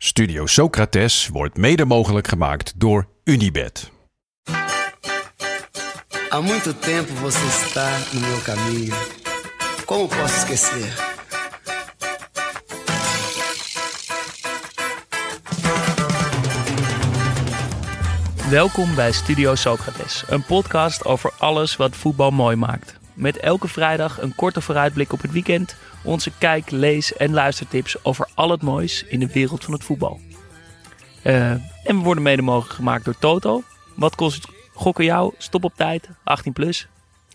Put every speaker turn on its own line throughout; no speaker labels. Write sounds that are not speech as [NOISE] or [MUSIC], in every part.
Studio Socrates wordt mede mogelijk gemaakt door Unibed.
Há muito tempo você está no meu caminho. Como posso esquecer?
Welkom bij Studio Socrates, een podcast over alles wat voetbal mooi maakt. Met elke vrijdag een korte vooruitblik op het weekend, onze kijk, lees en luistertips over al het moois in de wereld van het voetbal. Eh, en we worden mede mogelijk gemaakt door Toto. Wat kost het gokken jou? Stop op tijd, 18 plus.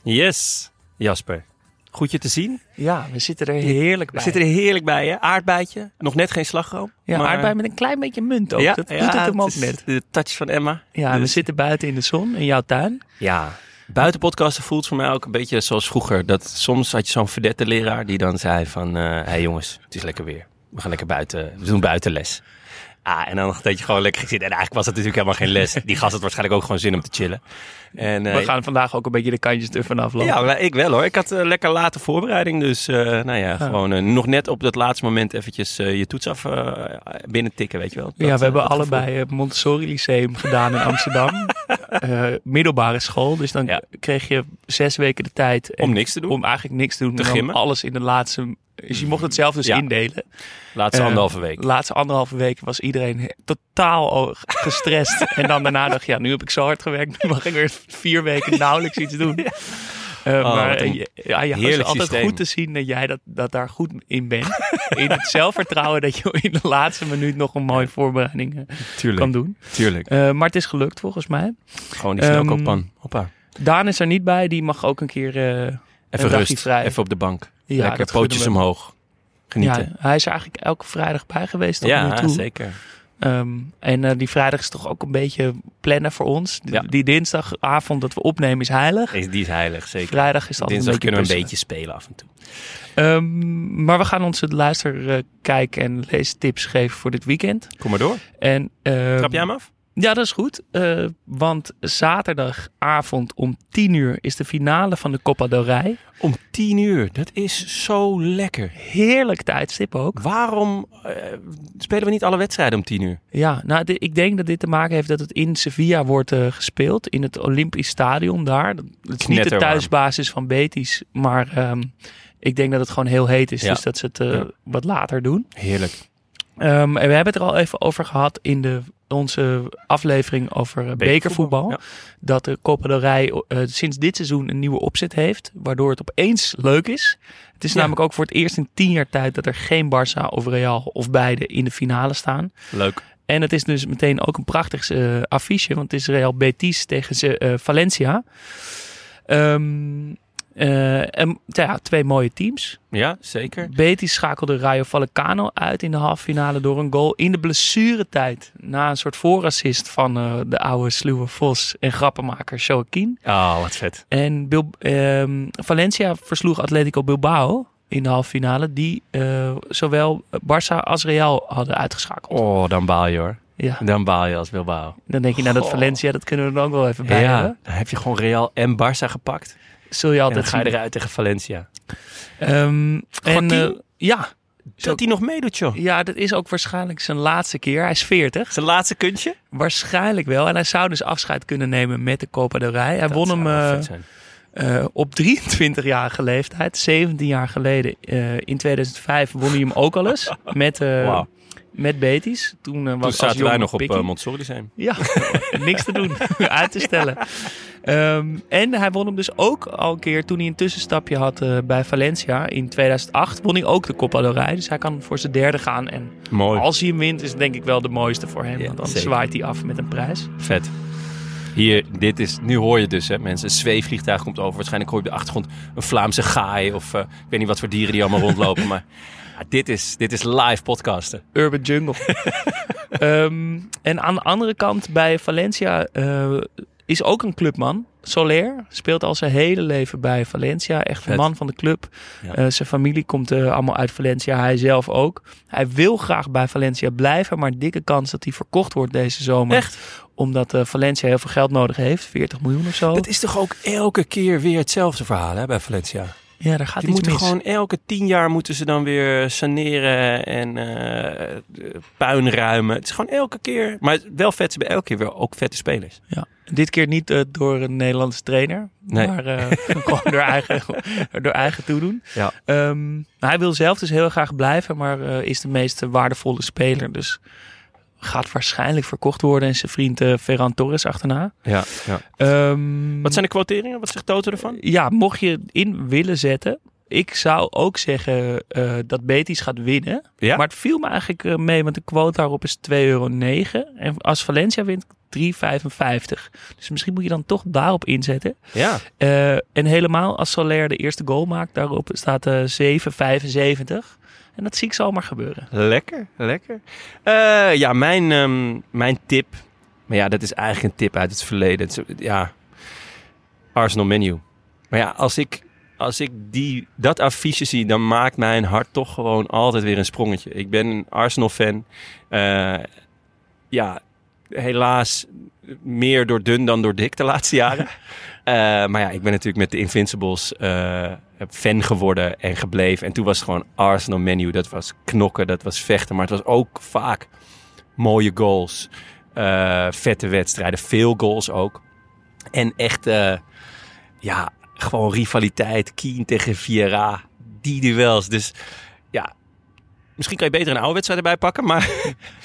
Yes, Jasper. Goed je te zien.
Ja, we zitten er heerlijk
We
bij.
zitten er heerlijk bij, hè? Aardbeidje. Nog net geen slagroom.
ja,
maar- eh,
maar bij met een klein beetje munt ook.
Ja,
dat doet
ja,
het hem ook
is
net.
De touch van Emma.
Ja, en we
Dus-
zitten buiten in de zon in jouw tuin.
ja. Buiten podcasten voelt voor mij ook een beetje zoals vroeger. Dat soms had je zo'n verdette leraar die dan zei van... eh, Hé hey jongens, het is lekker weer. We gaan lekker buiten. We doen buitenles. Ah, en dan deed je gewoon lekker zitten. En eigenlijk was dat natuurlijk helemaal geen les. Die gast had waarschijnlijk ook gewoon zin om te chillen. En, eh,
We gaan vandaag ook een beetje de kantjes ervan aflopen.
Ja, maar ik wel hoor. Ik had eh, lekker late voorbereiding. Dus eh, nou ja, gewoon eh, nog net op dat laatste moment eventjes eh, je toets af eh, binnen tikken, weet je wel.
Ja,
Dat,
we hebben
eh, dat gevoel.
allebei het Montessori Lyceum gedaan in
[LAUGHS]
Amsterdam. Eh, middelbare school. Dus dan
Ja.
kreeg je zes weken de tijd. en-
Om niks te doen.
Om eigenlijk niks te doen. en dan
gimmen.
Alles in de laatste... Dus je mocht het zelf dus
Ja.
indelen.
Laatste
Eh,
anderhalve week.
De laatste anderhalve week was iedereen he- totaal al
[LAUGHS]
gestrest. en dan daarna dacht je, ja, nu heb ik zo hard gewerkt. Nu mag ik weer vier weken nauwelijks iets
[LAUGHS]
doen. Eh,
Oh,
maar
wat een
eh, je- ja, ja, het is
heerlijk
altijd
systeem.
goed te zien dat jij dat, dat daar goed in
[LAUGHS]
bent. in het zelfvertrouwen dat je in de laatste minuut nog een mooie voorbereiding eh,
tuurlijk,
kan doen.
tuurlijk.
Eh, maar het is gelukt volgens mij.
Gewoon die
ehm,
snelkooppan. Hoppa.
Daan is er niet bij. Die mag ook een keer... eh,
Even
dagje
rust.
vrij.
Even op de bank.
Ja,
lekker
dat gunnen
pootjes
we hem.
omhoog.
ja,
Genieten.
hij is er eigenlijk elke vrijdag bij geweest tot
Ja,
nu toe.
zeker.
Ehm, en eh, die vrijdag is toch ook een beetje plannen voor ons. Die-
Ja.
Die dinsdagavond dat we opnemen is heilig.
Is- Die is heilig, zeker.
Vrijdag is dat
Dinsdag
een beetje
kunnen we een
puzzelen.
beetje spelen af en toe.
Ehm, maar we gaan onze luister, eh kijk en leestips geven voor dit weekend.
Kom maar door.
En, ehm,
Trap jij hem af?
Ja, dat is goed. Eh, want zaterdagavond om 10 uur is de finale van de Copa del Rey.
Om tien uur. Dat is zo lekker.
Heerlijk tijdstip ook.
Waarom eh, spelen we niet alle wedstrijden om tien uur?
Ja, nou, di- ik denk dat dit te maken heeft dat het in Sevilla wordt eh, gespeeld. In het Olympisch Stadion daar. Dat- Het is niet de
Knetterwarm.
thuisbasis van Betis. Maar ehm, ik denk dat het gewoon heel heet is.
Ja.
Dus dat ze het eh,
Ja.
wat later doen.
Heerlijk.
Ehm, en we hebben het er al even over gehad in de, onze aflevering over eh, bekervoetbal.
Ja.
Dat de Copa del Rey eh, sinds dit seizoen een nieuwe opzet heeft. Waardoor het opeens leuk is. Het is
Ja.
namelijk ook voor het eerst in tien jaar tijd dat er geen Barça of Real of beide in de finale staan.
Leuk.
En het is dus meteen ook een prachtig eh, affiche, want het is Real Betis tegen ze- eh, Valencia. Ehm, eh, en ja, twee mooie teams.
Ja, zeker.
Betis schakelde Rayo Vallecano uit in de halve finale door een goal in de blessuretijd. Na een soort voorassist van eh, de oude sluwe Vos en grappenmaker Joaquin.
Oh, wat vet.
En Bil- ehm, Valencia versloeg Atletico Bilbao in de halve finale, die eh, zowel Barça als Real hadden uitgeschakeld.
Oh, dan baal je hoor.
Ja.
Dan baal je als Bilbao.
Dan denk je, nou dat
Goh.
Valencia, dat kunnen we dan ook wel even bij
Ja,
hebben.
dan heb je gewoon Real en Barça gepakt.
Zul je
En dan
altijd
ga je
zien.
eruit tegen Valencia.
Ehm, en,
Joaquin?
eh, ja,
Dat hij nog meedoet, joh.
ja, dat is ook waarschijnlijk zijn laatste keer. Hij is 40.
Zijn laatste kuntje?
Waarschijnlijk wel. En hij zou dus afscheid kunnen nemen met de Copa del Rey. Hij won hem eh, eh, op 23-jarige leeftijd. 17 jaar geleden, eh, in 2005, won hij hem ook al
[LAUGHS]
eens. Met, eh,
Wauw.
met Betis. Toen, eh, was
Toen
als
zaten wij
jonge
nog op
pikkie.
uh, Montsori zijn.
Ja, niks te doen, [LAUGHS] uit te stellen. Ehm, en hij won hem dus ook al een keer toen hij een tussenstapje had eh, bij Valencia in 2008. Won hij ook de Copa del Rey, dus hij kan voor zijn derde gaan. En
Mooi.
als hij hem wint, is het denk ik wel de mooiste voor hem.
Ja,
want dan
zeker.
zwaait hij af met een prijs.
Vet. Hier, dit is, nu hoor je dus, hè, mensen. Een [LAUGHS] zweefvliegtuig komt over. Waarschijnlijk hoor je op de achtergrond een Vlaamse gaai. Of eh, ik weet niet wat voor dieren die allemaal rondlopen. Maar Ja, dit, is, dit is live podcasten.
Urban
[LAUGHS]
Jungle. Ehm, en aan de andere kant bij Valencia eh, is ook een clubman. Soler speelt al zijn hele leven bij Valencia. Echt een
Vet.
man van de club.
Ja.
Eh, zijn familie komt eh, allemaal uit Valencia. Hij zelf ook. Hij wil graag bij Valencia blijven. Maar dikke kans dat hij verkocht wordt deze zomer. Omdat eh, Valencia heel veel geld nodig heeft. 40 miljoen of zo.
Dat is toch ook elke keer weer hetzelfde verhaal hè, bij Valencia?
ja, daar gaat
Die
iets
moeten
mis.
gewoon elke tien jaar moeten ze dan weer eh, saneren en eh, eh, puin ruimen. Het is gewoon elke keer. Maar wel vet, ze hebben elke keer wel ook vette spelers.
Ja. Dit keer niet eh, door een Nederlandse trainer.
Nee.
Maar
[LAUGHS]
eh, [LAUGHS] gewoon door eigen, door eigen toedoen.
Ja.
Ehm, maar hij wil zelf dus heel graag blijven, maar eh, is de meest eh, waardevolle speler. Dus gaat waarschijnlijk verkocht worden en zijn vriend eh, Ferran Torres achterna.
Ja,
Ehm,
Wat zijn de quoteringen? Wat zegt Toto ervan?
Ja, mocht je in willen zetten. Ik zou ook zeggen eh, dat Betis gaat winnen.
Ja?
Maar het viel me eigenlijk eh, mee, want de quote daarop is 2,09 euro. En als Valencia wint, 3,55. Dus misschien moet je dan toch daarop inzetten.
Ja.
Eh, en helemaal als Soler de eerste goal maakt, daarop staat eh 7,75. En dat zie ik zomaar gebeuren.
Lekker, lekker. Eh, ja, mijn, ehm, mijn tip. Maar ja, dat is eigenlijk een tip uit het verleden. Het is- ja, Arsenal menu. Maar ja, als ik, als ik die, dat affiche zie, dan maakt mijn hart toch gewoon altijd weer een sprongetje. Ik ben een Arsenal-fan. Eh, ja, helaas meer door dun dan door dik de laatste jaren. Eh, maar ja, ik ben natuurlijk met de Invincibles eh, fan geworden en gebleven. En toen was het gewoon Arsenal menu. Dat was knokken, dat was vechten. Maar het was ook vaak mooie goals. eh, vette wedstrijden, veel goals ook. En echt, eh, ja, gewoon rivaliteit. Keen tegen Vieira, die duels. Dus ja, misschien kan je beter een oude wedstrijd erbij pakken. Maar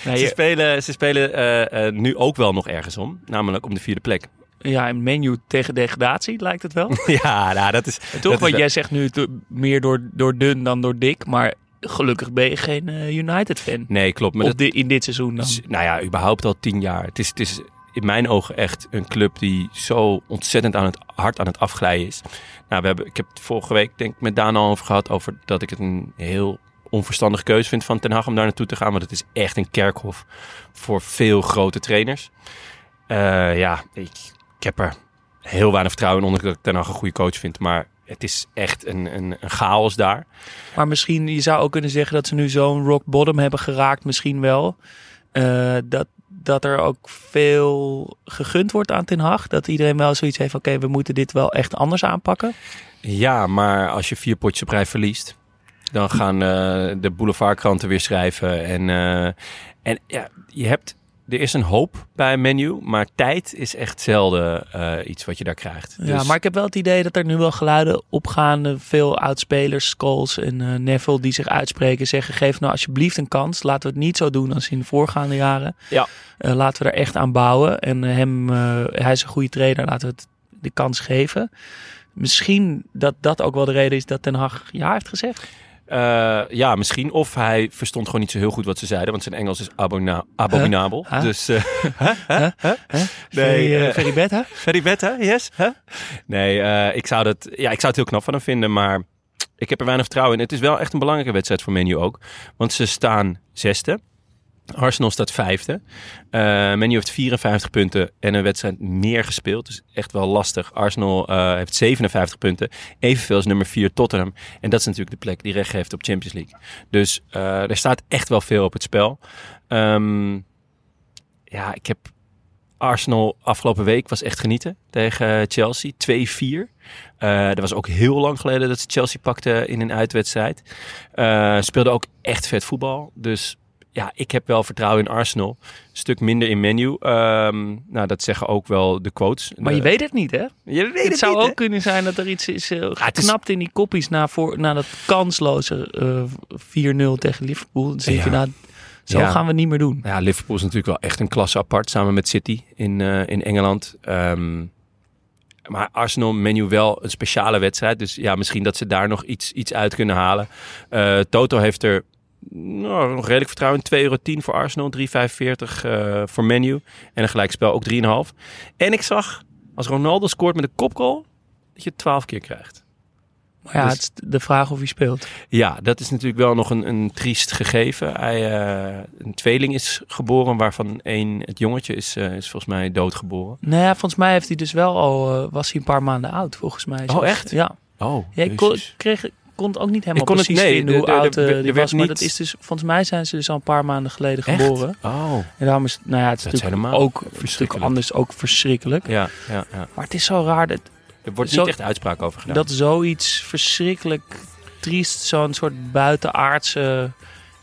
Nee,
ze
je-
spelen, ze spelen eh, eh, nu ook wel nog ergens om. Namelijk om de vierde plek. [LAUGHS]
ja, een menu tegen degradatie lijkt het wel.
Ja, nou, dat is... dat
Toch,
is
want
wel-
jij zegt nu te- meer door, door dun dan door dik. Maar gelukkig ben je geen eh, United-fan.
Nee, klopt. Maar
Op
dat
di- in dit seizoen dan.
is, nou ja, überhaupt al tien jaar. Het is, het is in mijn ogen echt een club die zo ontzettend aan het hard aan het afglijden is. Nou, we hebben, ik heb het vorige week denk ik met Daan al over gehad... over dat ik het een heel onverstandige keuze vind van Ten Hag om daar naartoe te gaan. Want het is echt een kerkhof voor veel grote trainers. Eh, ja, ik, ik heb er heel weinig vertrouwen in, ondanks dat ik Ten Hag een goede coach vind. Maar het is echt een, een, een chaos daar.
Maar misschien, je zou ook kunnen zeggen dat ze nu zo'n rock bottom hebben geraakt, misschien wel. Eh, dat, dat er ook veel gegund wordt aan Ten Hag. Dat iedereen wel zoiets heeft van, oké, we moeten dit wel echt anders aanpakken.
Ja, maar als je vier potjes op rij verliest, dan gaan eh, de boulevardkranten weer schrijven. En, eh, en ja, je hebt, er is een hoop bij een menu, maar tijd is echt zelden eh, iets wat je daar krijgt.
Ja,
Dus-
maar ik heb wel het idee dat er nu wel geluiden opgaan. Eh, Veel oudspelers, Scholes en eh, Neville die zich uitspreken. Zeggen, geef nou alsjeblieft een kans. Laten we het niet zo doen als in de voorgaande jaren.
Ja.
Eh, laten we er echt aan bouwen. En eh, hem, eh, hij is een goede trainer. Laten we het de kans geven. Misschien dat dat ook wel de reden is dat Ten Hag ja heeft gezegd.
Eh, ja, misschien. Of hij verstond gewoon niet zo heel goed wat ze zeiden, want zijn Engels is abona- abominabel.
Huh? Huh?
Dus, eh, [LAUGHS]
Very, eh,
eh,
very bad,
[LAUGHS]
hè?
Very bad, hè? Yes? Huh? Nee, eh, ik, zou dat, ja, ik zou het heel knap van hem vinden, maar ik heb er weinig vertrouwen in. Het is wel echt een belangrijke wedstrijd voor Menu ook, want ze staan zesde. Arsenal staat vijfde. Eh Menu heeft 54 punten en een wedstrijd meer gespeeld. Dus echt wel lastig. Arsenal eh, heeft 57 punten. Evenveel als nummer 4 Tottenham. En dat is natuurlijk de plek die recht heeft op Champions League. Dus eh, er staat echt wel veel op het spel. Ehm, ja, ik heb Arsenal afgelopen week was echt genieten tegen eh, Chelsea. 2-4. Eh dat was ook heel lang geleden dat ze Chelsea pakte in een uitwedstrijd. Eh speelde ook echt vet voetbal. Dus ja, ik heb wel vertrouwen in Arsenal. Een stuk minder in menu. Ehm, nou, dat zeggen ook wel de quotes.
Maar je
De-
weet het niet, hè?
je weet
het zou
niet, hè?
ook kunnen zijn dat er iets is eh,
het is-
geknapt in die koppies na, voor, na dat kansloze eh 4-0 tegen Liverpool. Dan zeg je,
Ja.
nou, zo
Ja.
gaan we het niet meer doen.
Nou Ja, Liverpool is natuurlijk wel echt een klasse apart samen met City in, eh, in Engeland. Ehm, maar Arsenal menu wel een speciale wedstrijd. Dus ja, misschien dat ze daar nog iets, iets uit kunnen halen. Eh, Toto heeft er nou, nog redelijk vertrouwen in. 2,10 euro voor Arsenal, 3,45 eh voor menu. En een gelijkspel ook 3,5. En ik zag, als Ronaldo scoort met een kopgoal, dat je het 12 keer krijgt.
Maar ja,
Dus-
het is de vraag of hij speelt.
Ja, dat is natuurlijk wel nog een, een triest gegeven. Hij, eh, een tweeling is geboren, waarvan één, het jongetje, is, eh, is volgens mij doodgeboren.
Nou ja, volgens mij heeft hij dus wel al, eh, was hij een paar maanden oud, volgens mij.
Oh, echt?
Ja.
Oh,
ja ik kon, kreeg, kon het ook niet helemaal
Ik kon het-
precies
nee,
vinden
de-
hoe
de- de-
oud eh,
de-
die
er werd
was. Maar
niet-
dat is dus, volgens mij zijn ze dus al een paar maanden geleden
Echt?
geboren.
Oh,
En daarom is, nou ja, het is
Dat is
natuurlijk
helemaal
ook een stuk
verschrikkelijk.
anders, ook verschrikkelijk.
ja, ja, ja.
Maar het is zo raar dat,
Er wordt
Zo-
niet echt uitspraak over gedaan.
dat zoiets verschrikkelijk triest, zo'n soort buitenaardse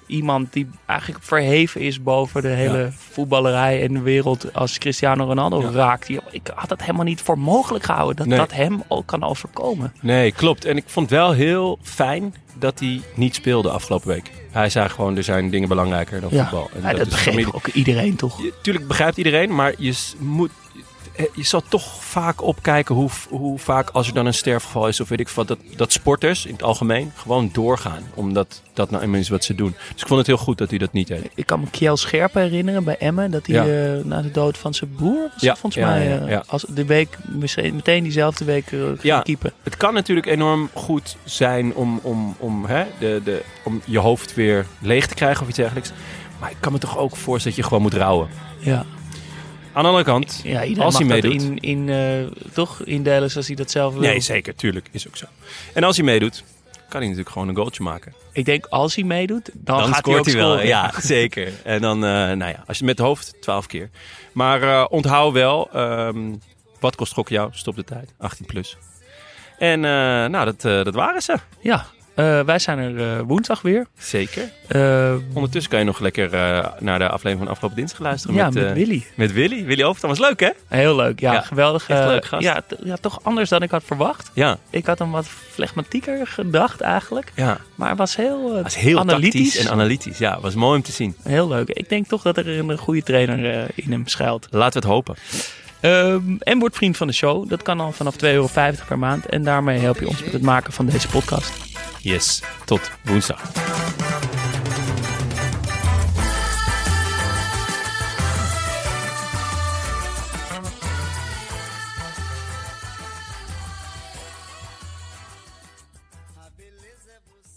iemand die eigenlijk verheven is boven de hele voetballerij en de wereld als Cristiano Ronaldo
Ja.
raakt. Ja, Ik had dat helemaal niet voor mogelijk gehouden dat
Nee.
dat hem ook kan overkomen.
Nee, klopt. En ik vond wel heel fijn dat hij niet speelde afgelopen week. Hij zei gewoon, er zijn dingen belangrijker dan voetbal.
Ja, dat,
is
begreep
familie-
ook iedereen toch?
Je- Tuurlijk begrijpt iedereen, maar je s- moet... eh, Je zal toch vaak opkijken hoe, v- hoe vaak als er dan een sterfgeval is of weet ik wat, dat, dat sporters in het algemeen gewoon doorgaan. Omdat dat nou immers is wat ze doen. Dus ik vond het heel goed dat hij dat niet deed.
Ik kan me Kjell Scherp herinneren bij Emmen. Dat hij
Ja.
eh, na de dood van zijn broer, was het
Ja,
volgens
ja,
mij,
ja,
eh,
ja.
Als de week, misschien meteen diezelfde week eh, ging
Ja.
keepen.
Het kan natuurlijk enorm goed zijn om, om, om, hè, de, de, om je hoofd weer leeg te krijgen of iets dergelijks. Maar ik kan me toch ook voorstellen dat je gewoon moet rouwen.
Ja.
Aan de andere kant,
Ja, iedereen
Als hij
mag dat
meedoet.
in, in, eh, toch indelen zoals hij dat zelf wil.
Nee, zeker, tuurlijk. Is ook zo. En als hij meedoet, kan hij natuurlijk gewoon een goaltje maken.
Ik denk als hij meedoet, dan, gaat hij ook scoren.
Ja, [LAUGHS] zeker. En dan, eh, nou ja, als je met het hoofd, 12 keer. Maar eh, onthoud wel, ehm, wat kost gokken jou? Stop de tijd, 18 plus. En eh, nou, dat, eh, dat waren ze.
Ja, eh, wij zijn er eh, woensdag weer.
Zeker.
Eh,
Ondertussen kan je nog lekker eh, naar de aflevering van afgelopen dinsdag luisteren.
ja, met,
eh,
Willy.
Met Willy. Willy Overton was leuk, hè?
Heel leuk, ja,
ja,
geweldig.
echt
eh,
leuk gast.
Ja, t- ja, toch anders dan ik had verwacht.
Ja.
Ik had hem wat flegmatieker gedacht eigenlijk.
Ja,
Maar het was heel, eh,
was heel
analytisch.
tactisch en analytisch. Ja, was mooi om te zien.
heel leuk. Ik denk toch dat er een goede trainer eh, in hem schuilt.
Laten we het hopen.
Ehm, en word vriend van de show. Dat kan al vanaf 2,50 euro per maand. En daarmee help je ons met het maken van deze podcast.
Yes, tot woensdag.
beleza é você.